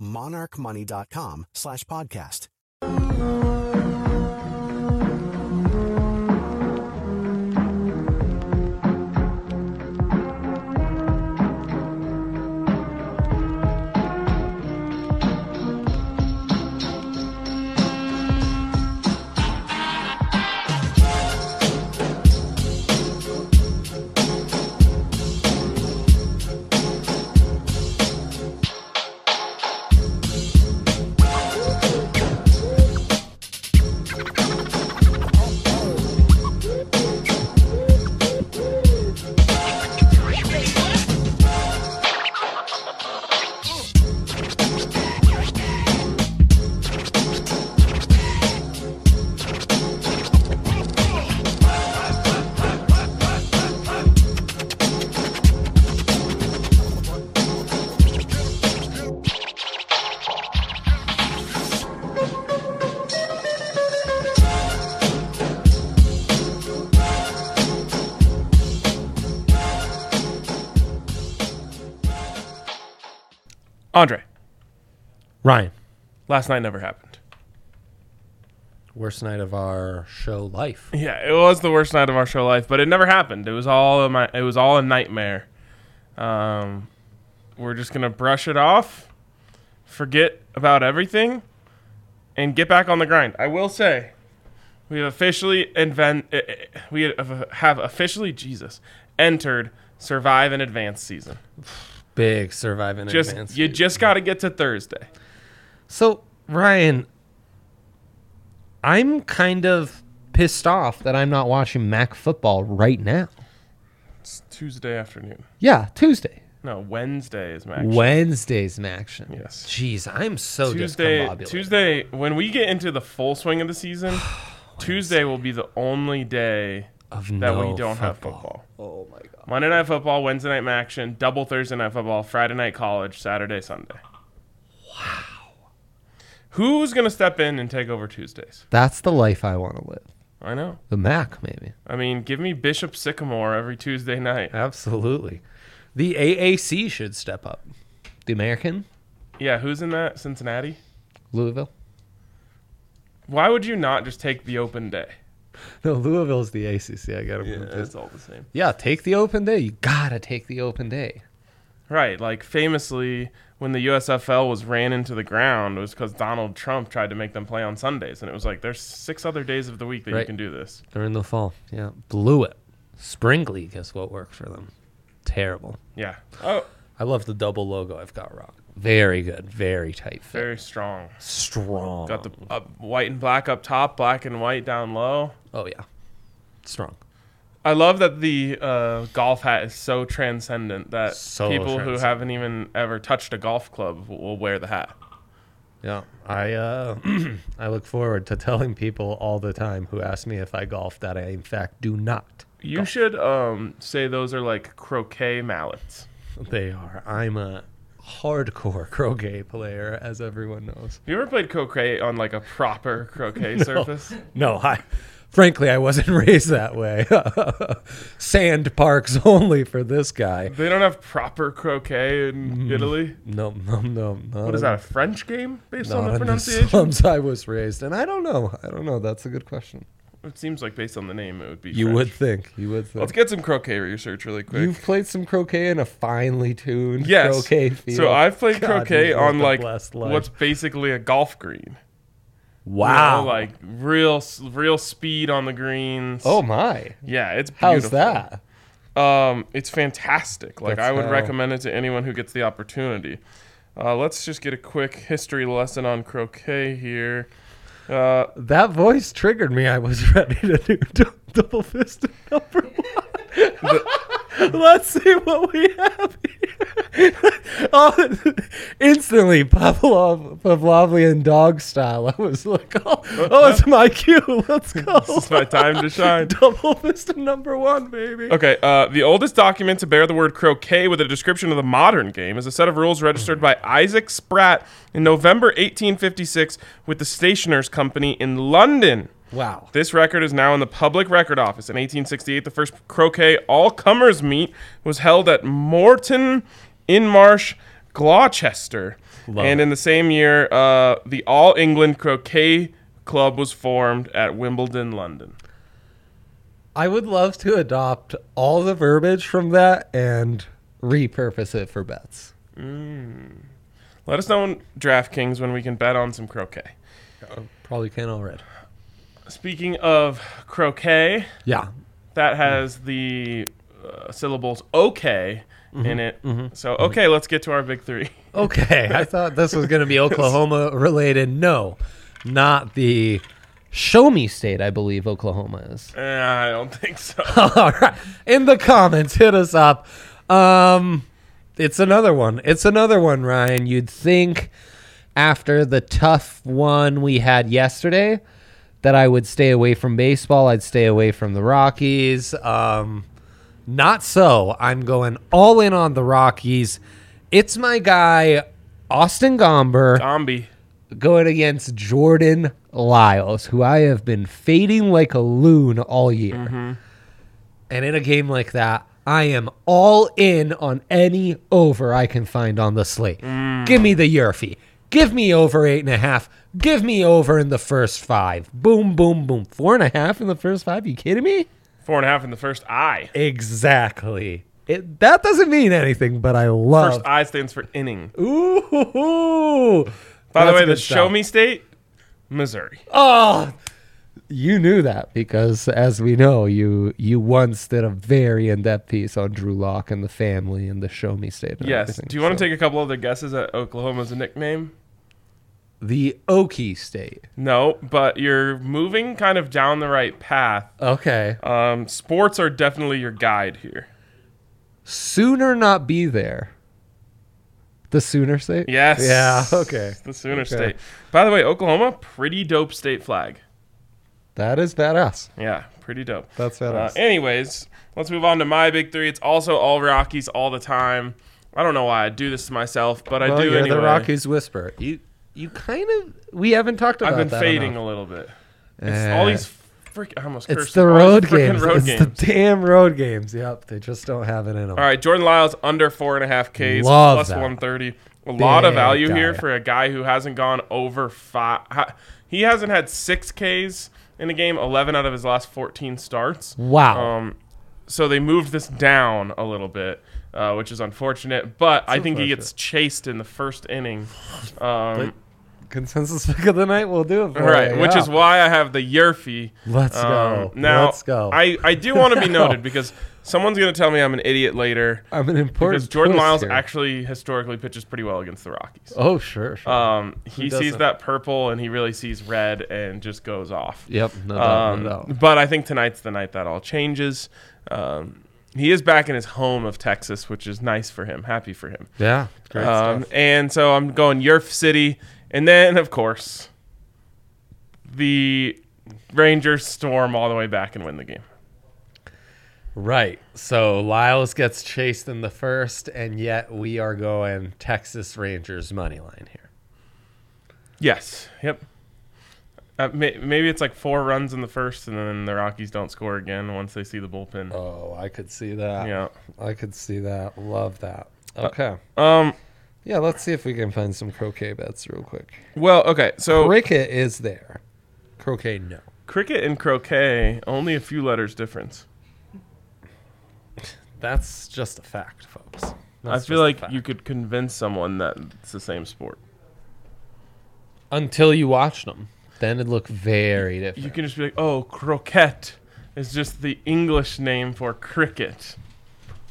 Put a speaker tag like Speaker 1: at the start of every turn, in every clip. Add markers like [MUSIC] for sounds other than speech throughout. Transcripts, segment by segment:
Speaker 1: monarchmoney.com slash podcast.
Speaker 2: Andre,
Speaker 3: Ryan,
Speaker 2: last night never happened.
Speaker 3: worst night of our show life.
Speaker 2: Yeah, it was the worst night of our show life, but it never happened. It was all a my. It was all a nightmare. Um, we're just gonna brush it off, forget about everything, and get back on the grind. I will say, we have officially invent. eh, eh, We have have officially Jesus entered survive and advance season.
Speaker 3: Big survive in
Speaker 2: Just
Speaker 3: advance.
Speaker 2: you just got to get to Thursday.
Speaker 3: so Ryan, I'm kind of pissed off that I'm not watching Mac football right now.
Speaker 2: It's Tuesday afternoon.
Speaker 3: Yeah, Tuesday.
Speaker 2: No, Wednesday is Max.
Speaker 3: Wednesday's in action.
Speaker 2: Yes.
Speaker 3: Jeez, I'm so
Speaker 2: Tuesday,
Speaker 3: discombobulated.
Speaker 2: Tuesday, when we get into the full swing of the season, Tuesday will be the only day
Speaker 3: of
Speaker 2: that
Speaker 3: no
Speaker 2: we don't have
Speaker 3: football.
Speaker 2: football. Oh my god! Monday night football, Wednesday night action, double Thursday night football, Friday night college, Saturday Sunday. Wow. Who's gonna step in and take over Tuesdays?
Speaker 3: That's the life I want to live.
Speaker 2: I know.
Speaker 3: The Mac, maybe.
Speaker 2: I mean, give me Bishop Sycamore every Tuesday night.
Speaker 3: Absolutely. The AAC should step up. The American,
Speaker 2: Yeah, who's in that? Cincinnati.
Speaker 3: Louisville.
Speaker 2: Why would you not just take the open day?
Speaker 3: No, Louisville's the ACC. I got to
Speaker 2: it's all the same.
Speaker 3: Yeah, take the open day. You gotta take the open day.
Speaker 2: Right, like famously, when the USFL was ran into the ground, it was because Donald Trump tried to make them play on Sundays, and it was like there's six other days of the week that you
Speaker 3: Right.
Speaker 2: can do this.
Speaker 3: During the fall. Yeah. Blew it. Spring league is what worked for them. Terrible.
Speaker 2: Yeah. Oh,
Speaker 3: I love the double logo I've got rock. Very good. Very tight fit.
Speaker 2: very strong.
Speaker 3: Strong.
Speaker 2: Got the up, white and black up top, black and white down low.
Speaker 3: Oh yeah. Strong.
Speaker 2: I love that the uh, golf hat is so transcendent that
Speaker 3: So
Speaker 2: people
Speaker 3: transcendent.
Speaker 2: who haven't even ever touched a golf club will, will wear the hat.
Speaker 3: Yeah. I uh [CLEARS THROAT] I look forward to telling people all the time who ask me if I golf that I in fact do not.
Speaker 2: You should um, say those are like croquet mallets.
Speaker 3: They are. I'm a hardcore [LAUGHS] croquet player, as everyone knows.
Speaker 2: Have you ever played croquet on like a proper croquet surface?
Speaker 3: [LAUGHS] No, I frankly I wasn't [LAUGHS] raised that way. Sand parks [LAUGHS] only for this guy.
Speaker 2: They don't have proper croquet in
Speaker 3: Mm-hmm.
Speaker 2: Italy.
Speaker 3: No, no, no. Not
Speaker 2: What is
Speaker 3: in-
Speaker 2: that? A French game based
Speaker 3: Not
Speaker 2: on the
Speaker 3: in the
Speaker 2: pronunciation?
Speaker 3: slums I was raised, and I don't know. I don't know. That's a good question.
Speaker 2: it seems like based on the name, it would be.
Speaker 3: You
Speaker 2: French.
Speaker 3: would think. You would think.
Speaker 2: Let's get some croquet research really quick.
Speaker 3: You've played some croquet in a finely tuned
Speaker 2: yes.
Speaker 3: croquet field.
Speaker 2: So I've played
Speaker 3: God,
Speaker 2: croquet
Speaker 3: you've lived
Speaker 2: on
Speaker 3: a
Speaker 2: like
Speaker 3: blessed life.
Speaker 2: what's basically a golf green.
Speaker 3: Wow.
Speaker 2: You know, like real, s- real speed on the greens.
Speaker 3: oh my.
Speaker 2: yeah, it's beautiful.
Speaker 3: How's that?
Speaker 2: Um, it's fantastic. Like
Speaker 3: That's
Speaker 2: I would
Speaker 3: how-
Speaker 2: recommend it to anyone who gets the opportunity. Uh, let's just get a quick history lesson on croquet here. Uh,
Speaker 3: That voice triggered me. I was [LAUGHS] ready to do d- double fisted number one. Let's see what we have here. oh, instantly, Pavlov, Pavlovian dog style. I was like, oh, oh it's my cue. Let's go.
Speaker 2: it's my time to shine.
Speaker 3: [LAUGHS] double fisted number one, baby.
Speaker 2: Okay, uh, the oldest document to bear the word croquet with a description of the modern game is a set of rules registered by Isaac Spratt in November 1856 with the Stationers Company in London.
Speaker 3: Wow.
Speaker 2: This record is now in the Public Record Office. In 1868, the first croquet all comers meet was held at Morton Inmarsh, Gloucester.
Speaker 3: Love
Speaker 2: and
Speaker 3: it.
Speaker 2: in the same year, uh, the All England Croquet Club was formed at Wimbledon, London.
Speaker 3: I would love to adopt all the verbiage from that and repurpose it for bets.
Speaker 2: Let us know on DraftKings when we can bet on some croquet.
Speaker 3: Probably can already.
Speaker 2: Speaking of croquet,
Speaker 3: Yeah.
Speaker 2: that has the uh, syllables okay in it. So, okay, let's get to our big [LAUGHS] three.
Speaker 3: Okay, I thought this was going to be Oklahoma related. No, not the Show Me State, I believe Oklahoma is.
Speaker 2: Uh, I don't think so.
Speaker 3: [LAUGHS] All right. In the comments, hit us up. Um, it's another one. It's another one, Ryan. You'd think after the tough one we had yesterday that I would stay away from baseball, I'd stay away from the Rockies. Um, not so. I'm going all in on the Rockies. It's my guy, Austin Gomber
Speaker 2: Zombie.
Speaker 3: going against Jordan Lyles, who I have been fading like a loon all year.
Speaker 2: Mm-hmm.
Speaker 3: And in a game like that, I am all in on any over I can find on the slate.
Speaker 2: Mm.
Speaker 3: Give me the Yurfy. Give me over eight and a half. Give me over in the first five. Boom, boom, boom. Four and a half in the first five. You kidding me?
Speaker 2: Four and a half in the first I.
Speaker 3: Exactly. It, that doesn't mean anything, but I
Speaker 2: First
Speaker 3: love.
Speaker 2: I stands for inning.
Speaker 3: Ooh.
Speaker 2: By the
Speaker 3: That's
Speaker 2: way, the
Speaker 3: good
Speaker 2: show
Speaker 3: stuff.
Speaker 2: me state, Missouri.
Speaker 3: Oh, you knew that because, as we know, you you once did a very in depth piece on Drew Locke and the family and the Show Me State. and
Speaker 2: yes.
Speaker 3: everything,
Speaker 2: Do you want
Speaker 3: so-
Speaker 2: to take a couple other guesses at Oklahoma's nickname?
Speaker 3: the Okie State?
Speaker 2: No, but you're moving kind of down the right path.
Speaker 3: Okay,
Speaker 2: Um, sports are definitely your guide here.
Speaker 3: sooner not be there. The Sooner State.
Speaker 2: Yes.
Speaker 3: Yeah. Okay.
Speaker 2: The Sooner
Speaker 3: Okay.
Speaker 2: State. By the way, Oklahoma, pretty dope state flag.
Speaker 3: That is badass.
Speaker 2: Yeah, pretty dope.
Speaker 3: That's
Speaker 2: Uh,
Speaker 3: badass.
Speaker 2: anyways, let's move on to my big three. It's also all Rockies all the time. I don't know why I do this to myself, but
Speaker 3: well,
Speaker 2: I do
Speaker 3: you're
Speaker 2: anyway.
Speaker 3: the Rockies whisper. You you kind of we haven't talked about.
Speaker 2: I've been
Speaker 3: that
Speaker 2: fading
Speaker 3: enough.
Speaker 2: a little bit. It's all
Speaker 3: Eh.
Speaker 2: these freaking. I almost
Speaker 3: It's
Speaker 2: cursed.
Speaker 3: the
Speaker 2: All these
Speaker 3: road
Speaker 2: frickin'
Speaker 3: games.
Speaker 2: road
Speaker 3: it's
Speaker 2: games.
Speaker 3: the damn road games. Yep, they just don't have it in them.
Speaker 2: All right, Jordan Lyles under four and a half Ks,
Speaker 3: Love
Speaker 2: plus
Speaker 3: that.
Speaker 2: one thirty. A lot of
Speaker 3: Big
Speaker 2: value here
Speaker 3: guy.
Speaker 2: for a guy who hasn't gone over five. ha- He hasn't had six Ks in a game. Eleven out of his last fourteen starts.
Speaker 3: Wow.
Speaker 2: Um, so they moved this down a little bit, uh, which is unfortunate. But I think he
Speaker 3: unfortunate.
Speaker 2: gets chased in the first
Speaker 3: [LAUGHS]
Speaker 2: inning. Um,
Speaker 3: Consensus pick of the night. We'll do it for
Speaker 2: all right,
Speaker 3: you.
Speaker 2: which
Speaker 3: yeah.
Speaker 2: is why I have the Yerfy.
Speaker 3: Let's
Speaker 2: Um,
Speaker 3: go.
Speaker 2: Now,
Speaker 3: Let's go.
Speaker 2: I, I do want to
Speaker 3: [LAUGHS]
Speaker 2: be noted because someone's going to tell me I'm an idiot later.
Speaker 3: I'm an important
Speaker 2: Because Jordan
Speaker 3: twist
Speaker 2: Lyles
Speaker 3: here.
Speaker 2: actually historically pitches pretty well against the Rockies.
Speaker 3: Oh sure, sure.
Speaker 2: Um, he sees
Speaker 3: doesn't?
Speaker 2: that purple and he really sees red and just goes off.
Speaker 3: yep. No doubt.
Speaker 2: Um,
Speaker 3: no doubt.
Speaker 2: But I think tonight's the night that all changes. Um, he is back in his home of Texas, which is nice for him. Happy for him.
Speaker 3: Yeah. Great
Speaker 2: Um,
Speaker 3: stuff.
Speaker 2: and so I'm going Yerf City, and then of course the Rangers storm all the way back and win the game.
Speaker 3: Right. So Lyles gets chased in the first, and yet we are going Texas Rangers money line here.
Speaker 2: Yes. Yep. Uh, may- maybe it's like four runs in the first, and then the Rockies don't score again once they see the bullpen.
Speaker 3: Oh, I could see that.
Speaker 2: Yeah.
Speaker 3: I could see that. Love that. Okay.
Speaker 2: Um.
Speaker 3: Yeah. Let's see if we can find some croquet bets real quick.
Speaker 2: Well. Okay. So
Speaker 3: Cricket is there. Croquet no.
Speaker 2: cricket and croquet only a few letters difference.
Speaker 3: That's just a fact, folks.
Speaker 2: I feel like you could convince someone that it's the same sport.
Speaker 3: until you watch them. then it'd look very different.
Speaker 2: You can just be like, oh, croquette is just the English name for cricket.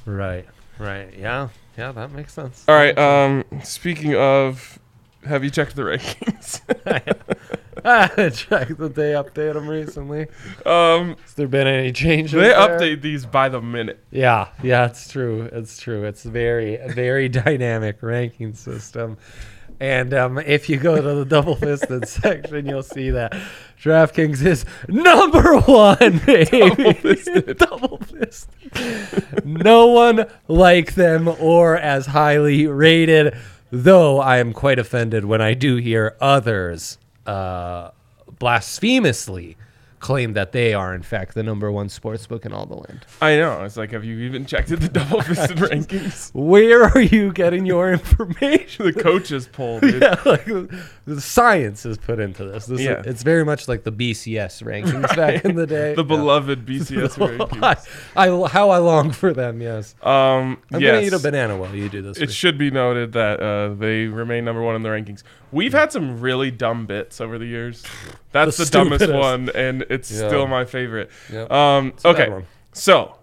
Speaker 3: Right. Right. Yeah. Yeah, that makes sense.
Speaker 2: All right. Um, speaking of, have you checked the rankings? [LAUGHS]
Speaker 3: [LAUGHS] I checked that they updated them recently.
Speaker 2: um,
Speaker 3: Has there been any changes?
Speaker 2: they
Speaker 3: there?
Speaker 2: update these by the minute.
Speaker 3: Yeah, yeah, it's true. It's true. It's very, a very [LAUGHS] dynamic ranking system. And um, if you go to the double fisted [LAUGHS] section, you'll see that DraftKings is number one, [LAUGHS] baby.
Speaker 2: Double-fisted.
Speaker 3: [LAUGHS] Double fisted. no one like them or as highly rated, though I am quite offended when I do hear others uh, blasphemously claim that they are, in fact, the number one sports book in all the land.
Speaker 2: I know. It's like, have you even checked the
Speaker 3: [LAUGHS]
Speaker 2: double fisted rankings?
Speaker 3: Where are you
Speaker 2: [LAUGHS]
Speaker 3: getting your information?
Speaker 2: The coaches poll, dude.
Speaker 3: [LAUGHS] yeah, like the science is put into this. this
Speaker 2: Yeah.
Speaker 3: is, it's very much like the BCS
Speaker 2: [LAUGHS]
Speaker 3: rankings back in the day.
Speaker 2: The
Speaker 3: Yeah. [LAUGHS]
Speaker 2: beloved BCS
Speaker 3: I,
Speaker 2: rankings.
Speaker 3: I- how I long for them. Yes,
Speaker 2: Um,
Speaker 3: I'm
Speaker 2: yes.
Speaker 3: gonna eat a banana while you do this.
Speaker 2: It
Speaker 3: It's
Speaker 2: should be noted that uh, they remain number one in the rankings. We've had some really dumb bits over the
Speaker 3: [SIGHS]
Speaker 2: years. That's the,
Speaker 3: The
Speaker 2: dumbest
Speaker 3: stupidest.
Speaker 2: one, and it's
Speaker 3: Yeah.
Speaker 2: still my favorite.
Speaker 3: Yep.
Speaker 2: Um,
Speaker 3: a
Speaker 2: okay,
Speaker 3: bad one.
Speaker 2: so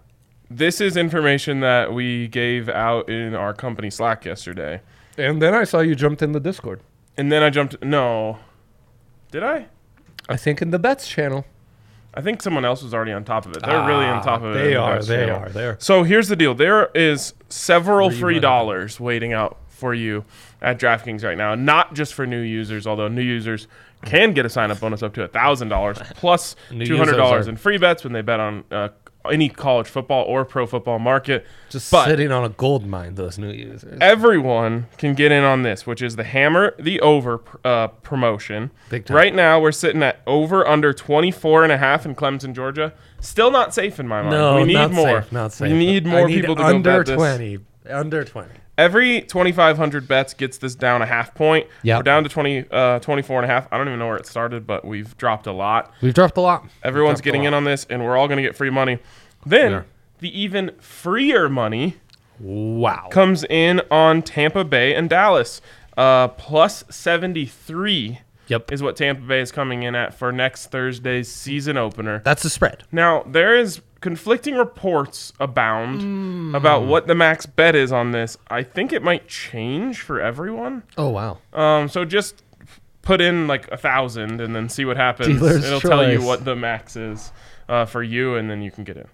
Speaker 2: this is information that we gave out in our company Slack yesterday,
Speaker 3: and then I saw you jumped in the Discord.
Speaker 2: and then I jumped. No, did I?
Speaker 3: I think in the bets channel.
Speaker 2: I think someone else was already on top of it. They're really on
Speaker 3: Ah,
Speaker 2: top of it.
Speaker 3: They
Speaker 2: in the
Speaker 3: are.
Speaker 2: bets
Speaker 3: They
Speaker 2: channel.
Speaker 3: are. There.
Speaker 2: So here's the deal: there is several
Speaker 3: Free
Speaker 2: free
Speaker 3: money.
Speaker 2: dollars waiting out for you at DraftKings right now, not just for new users, although new users can get a sign-up bonus up to thousand
Speaker 3: [LAUGHS]
Speaker 2: dollars plus
Speaker 3: New
Speaker 2: two hundred dollars
Speaker 3: users are-
Speaker 2: in free bets when they bet on uh, any college football or pro football market.
Speaker 3: Just
Speaker 2: But-
Speaker 3: sitting on a gold mine. Those new users.
Speaker 2: Everyone can get in on this, which is the hammer the over uh, promotion.
Speaker 3: Big time.
Speaker 2: Right now, we're sitting at over under 24 and a half in Clemson, Georgia. Still not safe in my mind.
Speaker 3: No,
Speaker 2: we need
Speaker 3: not
Speaker 2: more.
Speaker 3: Safe, not safe.
Speaker 2: We need
Speaker 3: I
Speaker 2: more people to go
Speaker 3: under
Speaker 2: bet this.
Speaker 3: twenty. Under twenty.
Speaker 2: every 2500 bets gets this down a half point
Speaker 3: Yep.
Speaker 2: we're down to 20 uh 24 and a half i don't even know where it started but we've dropped a lot
Speaker 3: We've dropped a lot.
Speaker 2: everyone's
Speaker 3: Dropped a
Speaker 2: getting
Speaker 3: lot.
Speaker 2: in on this and we're all going to get free money then
Speaker 3: Yeah.
Speaker 2: the even freer money
Speaker 3: Wow.
Speaker 2: comes in on tampa bay and dallas uh plus 73
Speaker 3: Yep.
Speaker 2: is what tampa bay is coming in at for next thursday's season opener
Speaker 3: That's the spread.
Speaker 2: now there is conflicting reports abound
Speaker 3: Hmm.
Speaker 2: about what the max bet is on this. I think it might change for everyone.
Speaker 3: Oh wow.
Speaker 2: Um, so just put in like a thousand and then see what happens.
Speaker 3: Dealer's
Speaker 2: It'll tell you
Speaker 3: choice.
Speaker 2: what the max is uh, for you, and then you can get in.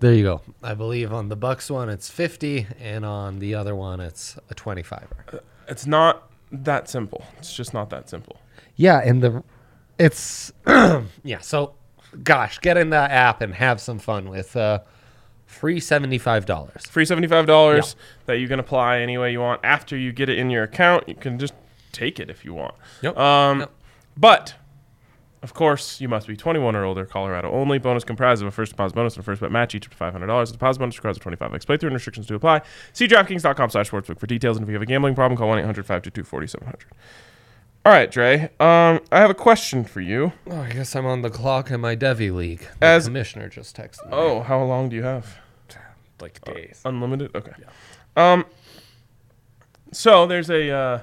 Speaker 3: There you go. I believe on the Bucks one it's 50 and on the other one it's a 25.
Speaker 2: It's not that simple. It's just not that simple.
Speaker 3: Yeah, and the it's [CLEARS THROAT] yeah, so gosh, get in that app and have some fun with uh free $75.
Speaker 2: Free seventy-five dollars that you can apply any way you want. After you get it in your account, you can just take it if you want.
Speaker 3: Yep.
Speaker 2: Um,
Speaker 3: Yep.
Speaker 2: But of course, you must be 21 or older, Colorado only. Bonus comprised of a first deposit bonus and a first bet match, each up to $500. The deposit bonus requires a 25x playthrough and restrictions to apply. See DraftKings.com slash sportsbook for details. And if you have a gambling problem, call 1 800 522 4700. All right, Dre. Um, I have a question for you.
Speaker 3: Oh, I guess I'm on the clock in my Devi league. The
Speaker 2: As-
Speaker 3: commissioner just texted me.
Speaker 2: Oh, how long do you have?
Speaker 3: like days.
Speaker 2: Unlimited? Okay. Um, so there's a, uh,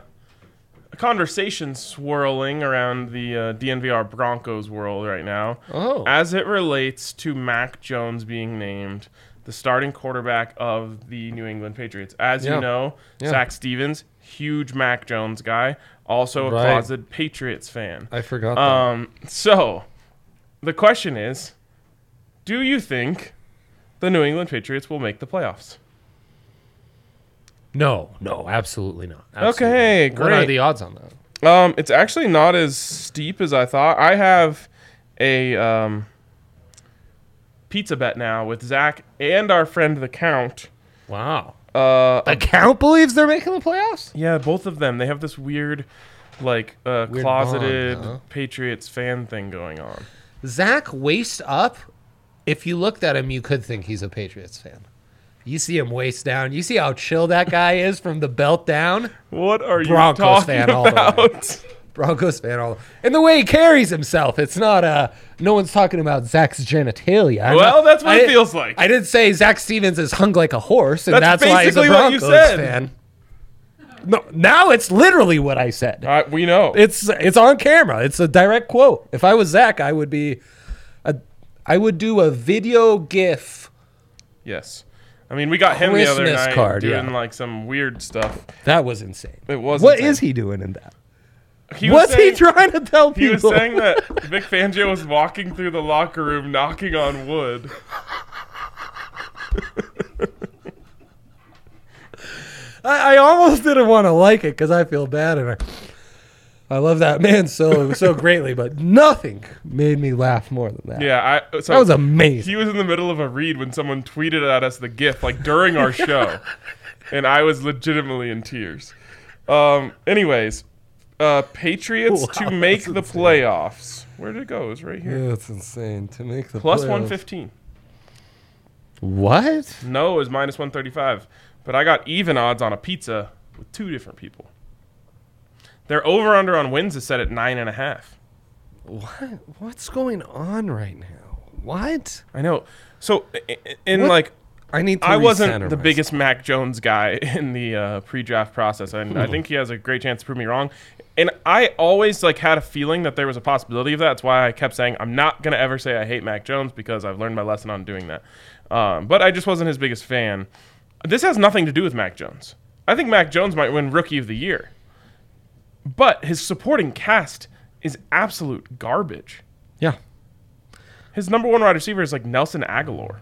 Speaker 2: a conversation swirling around the uh, DNVR Broncos world right now.
Speaker 3: Oh.
Speaker 2: As it relates to Mac Jones being named the starting quarterback of the New England Patriots. As
Speaker 3: Yeah.
Speaker 2: you know,
Speaker 3: Yeah.
Speaker 2: Zach Stevens, huge Mac Jones guy, also a
Speaker 3: Right.
Speaker 2: closet Patriots fan.
Speaker 3: I forgot that.
Speaker 2: Um, so the question is, do you think the New England Patriots will make the playoffs?
Speaker 3: No, no, absolutely not.
Speaker 2: Okay,
Speaker 3: Absolutely not. What are
Speaker 2: great.
Speaker 3: the odds on that?
Speaker 2: Um, it's actually not as steep as I thought. I have a um, pizza bet now with Zach and our friend the Count.
Speaker 3: Wow.
Speaker 2: Uh,
Speaker 3: The count believes they're making the playoffs?
Speaker 2: yeah, both of them. They have this weird, like, uh,
Speaker 3: Weird
Speaker 2: closeted
Speaker 3: bond, huh?
Speaker 2: Patriots fan thing going on.
Speaker 3: Zach waist up. If you looked at him, you could think he's a Patriots fan. You see him waist down. You see how chill that guy [LAUGHS] is from the belt down.
Speaker 2: What are
Speaker 3: Broncos
Speaker 2: you talking
Speaker 3: fan all the way.
Speaker 2: about?
Speaker 3: Broncos fan all. And the way he carries himself, it's not uh no one's talking about Zach's genitalia. I'm
Speaker 2: Well,
Speaker 3: not-
Speaker 2: that's what
Speaker 3: I
Speaker 2: it
Speaker 3: didn't-
Speaker 2: feels like.
Speaker 3: I didn't say Zach Stevens is hung like a horse, and
Speaker 2: That's
Speaker 3: that's, why he's a
Speaker 2: basically what you
Speaker 3: Broncos
Speaker 2: said.
Speaker 3: fan. No, now it's literally what I said.
Speaker 2: [LAUGHS] Uh, we know.
Speaker 3: It's it's on camera. It's a direct quote. If I was Zach, I would be, a, I would do a video GIF.
Speaker 2: yes. I mean, we got him the other
Speaker 3: Christmas
Speaker 2: night
Speaker 3: card, yeah.
Speaker 2: doing like some weird stuff.
Speaker 3: That was insane.
Speaker 2: It was
Speaker 3: What
Speaker 2: insane.
Speaker 3: is he doing in that?
Speaker 2: He was
Speaker 3: What's
Speaker 2: saying-
Speaker 3: he trying to tell people?
Speaker 2: He was saying that Vic Fangio was walking through the locker room knocking on wood.
Speaker 3: I, I almost didn't want to like it because I feel bad and I, I love that man
Speaker 2: [LAUGHS]
Speaker 3: so so greatly, but nothing made me laugh more than that.
Speaker 2: Yeah, I, so
Speaker 3: That was amazing.
Speaker 2: He was in the middle of a read when someone tweeted at us the GIF, like during our show,
Speaker 3: [LAUGHS]
Speaker 2: and I was legitimately in tears. Um, anyways, uh, Patriots
Speaker 3: Wow,
Speaker 2: to make
Speaker 3: that's
Speaker 2: the
Speaker 3: insane.
Speaker 2: playoffs. Where did it go? It was right here.
Speaker 3: Yeah, it's insane to make the
Speaker 2: Plus
Speaker 3: playoffs.
Speaker 2: one fifteen.
Speaker 3: What?
Speaker 2: No, it was minus one thirty five. But I got even odds on a pizza with two different people. Their over under on wins is set at nine and a half.
Speaker 3: What? What's going on right now? What?
Speaker 2: I know. So, i- i- in
Speaker 3: What?
Speaker 2: like
Speaker 3: I need. To
Speaker 2: I wasn't
Speaker 3: recenter
Speaker 2: the
Speaker 3: myself.
Speaker 2: biggest Mac Jones guy [LAUGHS] in the uh, pre-draft process, and I think he has a great chance to prove me wrong. And I always like had a feeling that there was a possibility of that. That's why I kept saying I'm not gonna ever say I hate Mac Jones because I've learned my lesson on doing that. Um, but I just wasn't his biggest fan. This has nothing to do with Mac Jones. I think Mac Jones might win Rookie of the Year, but his supporting cast is absolute garbage.
Speaker 3: Yeah.
Speaker 2: His number one wide receiver is like Nelson Aguilar.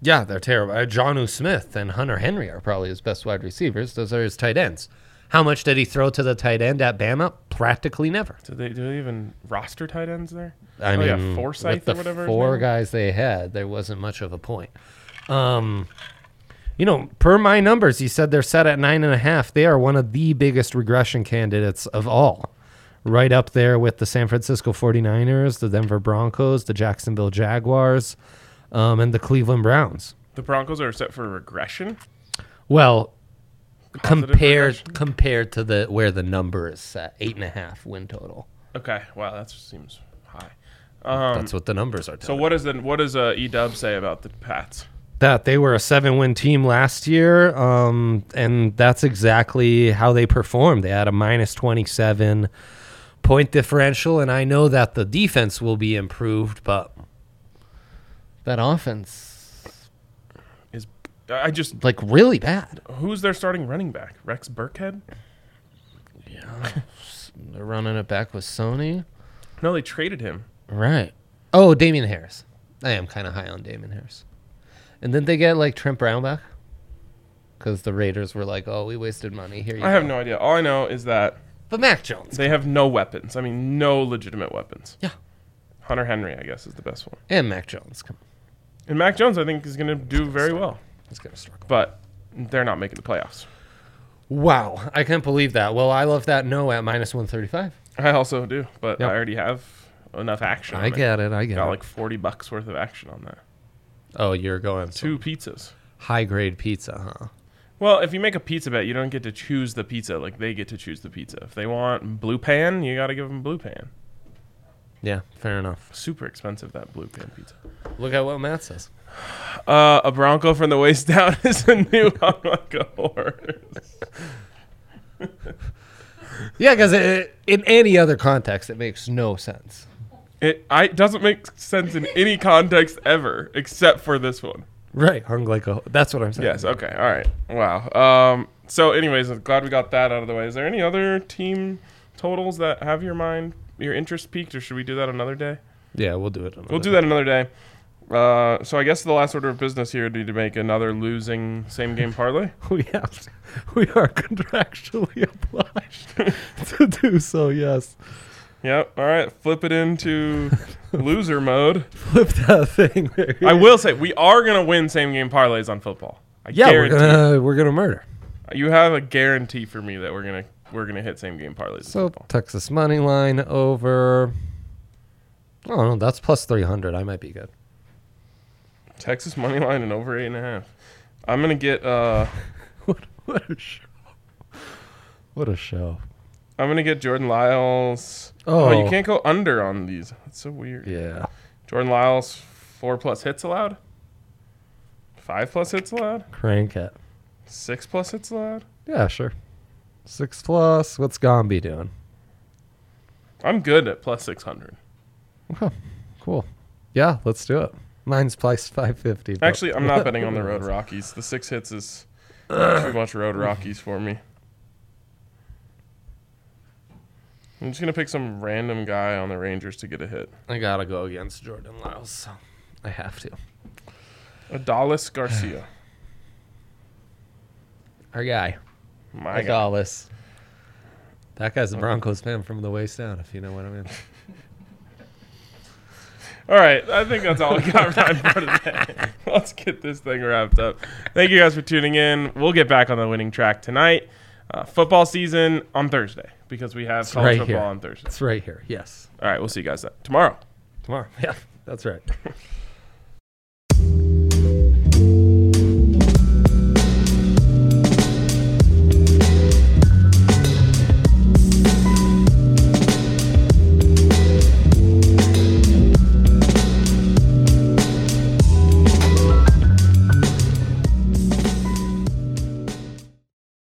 Speaker 3: Yeah, they're terrible. Uh, Johnu Smith and Hunter Henry are probably his best wide receivers. Those are his tight ends. How much did he throw to the tight end at Bama? Practically never.
Speaker 2: Do they do they even roster tight ends there?
Speaker 3: I
Speaker 2: Oh,
Speaker 3: mean,
Speaker 2: yeah, Forsythe
Speaker 3: with the
Speaker 2: or whatever his
Speaker 3: four
Speaker 2: name
Speaker 3: guys they had, there wasn't much of a point. Um, you know, per my numbers, he said they're set at nine and a half. They are one of the biggest regression candidates of all, right up there with the San Francisco 49ers, the Denver Broncos, the Jacksonville Jaguars, um, and the Cleveland Browns.
Speaker 2: The Broncos are set for regression.
Speaker 3: Well, compared
Speaker 2: regression?
Speaker 3: compared to the where the number is set, eight and a half win total.
Speaker 2: Okay, wow, that seems high.
Speaker 3: That's what the numbers are.
Speaker 2: So
Speaker 3: Telling.
Speaker 2: what does then what does uh, E Dub say about the Pats?
Speaker 3: that they were a seven win team last year. Um, and that's exactly how they performed. They had a minus 27 point differential. And I know that the defense will be improved, but that offense,
Speaker 2: Is I just
Speaker 3: like, really bad.
Speaker 2: who's their starting running back? Rex Burkhead?
Speaker 3: They're running it back with Sony.
Speaker 2: No, they traded him.
Speaker 3: Right. Oh, Damien Harris. I am kind of high on Damien Harris. And then they get like Trent Brown back because the Raiders were like, "Oh, we wasted money here." You
Speaker 2: I have
Speaker 3: go."
Speaker 2: no idea. All I know is that
Speaker 3: but Mac Jones.
Speaker 2: they have no weapons. I mean, no legitimate weapons.
Speaker 3: Yeah.
Speaker 2: Hunter Henry, I guess, is the best one.
Speaker 3: And Mac Jones. Come on.
Speaker 2: And Mac Jones, I think, is going to do very well,
Speaker 3: He's going to struggle.
Speaker 2: but they're not making the playoffs.
Speaker 3: Wow. I can't believe that. Well, I love that no at minus 135.
Speaker 2: I also do, but
Speaker 3: Yep.
Speaker 2: I already have enough action. on
Speaker 3: I get it. I get
Speaker 2: Got
Speaker 3: it.
Speaker 2: like forty bucks worth of action on that.
Speaker 3: oh, you're going to
Speaker 2: Two pizzas.
Speaker 3: high grade pizza, huh?
Speaker 2: Well, if you make a pizza bet, you don't get to choose the pizza. Like they get to choose the pizza. If they want blue pan, you got to give them blue pan.
Speaker 3: Yeah, fair enough.
Speaker 2: Super expensive that blue pan pizza.
Speaker 3: Look at what Matt says.
Speaker 2: Uh, a bronco from the waist [LAUGHS] down is a new [LAUGHS] on like a horse.
Speaker 3: Yeah, because in any other context, it makes no sense.
Speaker 2: It I it doesn't make sense in any context ever except for this one.
Speaker 3: Right. Hung like a. That's what I'm saying.
Speaker 2: Yes. Okay. All right. Wow. Um. So, anyways, I'm glad we got that out of the way. Is there any other team totals that have your mind, your interest peaked, or should we do that another day?
Speaker 3: Yeah, we'll do it.
Speaker 2: We'll do that another day. Uh, so I guess the last order of business here would be to make another losing same game parlay. [LAUGHS]
Speaker 3: [LAUGHS] We have to, we are contractually [LAUGHS] obliged to do so. Yes,
Speaker 2: Yep. All right. Flip it
Speaker 3: [LAUGHS]
Speaker 2: into loser mode.
Speaker 3: flip that thing.
Speaker 2: I will say we are gonna win same game parlays on football. I
Speaker 3: yeah, we're
Speaker 2: guarantee.
Speaker 3: gonna we're gonna murder.
Speaker 2: it. You have a guarantee for me that we're gonna we're gonna hit same game parlays. in
Speaker 3: So
Speaker 2: football.
Speaker 3: Texas money line over. I don't know. That's plus three hundred. I might be good. [LAUGHS]
Speaker 2: Texas money line and over eight and a half. I'm gonna get uh
Speaker 3: What what a show! What a show!
Speaker 2: I'm gonna get Jordan Lyles.
Speaker 3: Oh.
Speaker 2: you can't go under on these. That's so weird.
Speaker 3: Yeah.
Speaker 2: Jordan Lyles four plus hits allowed. Five plus hits allowed.
Speaker 3: Crank it.
Speaker 2: Six plus hits allowed.
Speaker 3: Yeah, sure. Six plus. What's Gombe doing?
Speaker 2: I'm good at plus 600.
Speaker 3: Okay, cool. Yeah, let's do it. Mine's plus five fifty.
Speaker 2: Actually, I'm not betting on
Speaker 3: [LAUGHS]
Speaker 2: the Road Rockies. The six hits is too much Road Rockies for me. I'm just gonna pick some random guy on the Rangers to get a hit.
Speaker 3: I gotta go against Jordan Lyles. So I have to.
Speaker 2: Adalis Garcia,
Speaker 3: [SIGHS] Our guy,
Speaker 2: my guy.
Speaker 3: Gonzalez. That guy's a Broncos fan from the waist down, if you know what I mean.
Speaker 2: All right, I think that's all I got time for today. [LAUGHS] Let's get this thing wrapped up. Thank you guys for tuning in. We'll get back on the winning track tonight. Uh, football season on Thursday because we have college
Speaker 3: right
Speaker 2: football
Speaker 3: here.
Speaker 2: on Thursday.
Speaker 3: It's right here. Yes.
Speaker 2: All right, we'll see you guys then. tomorrow.
Speaker 3: Tomorrow. Yeah, that's right.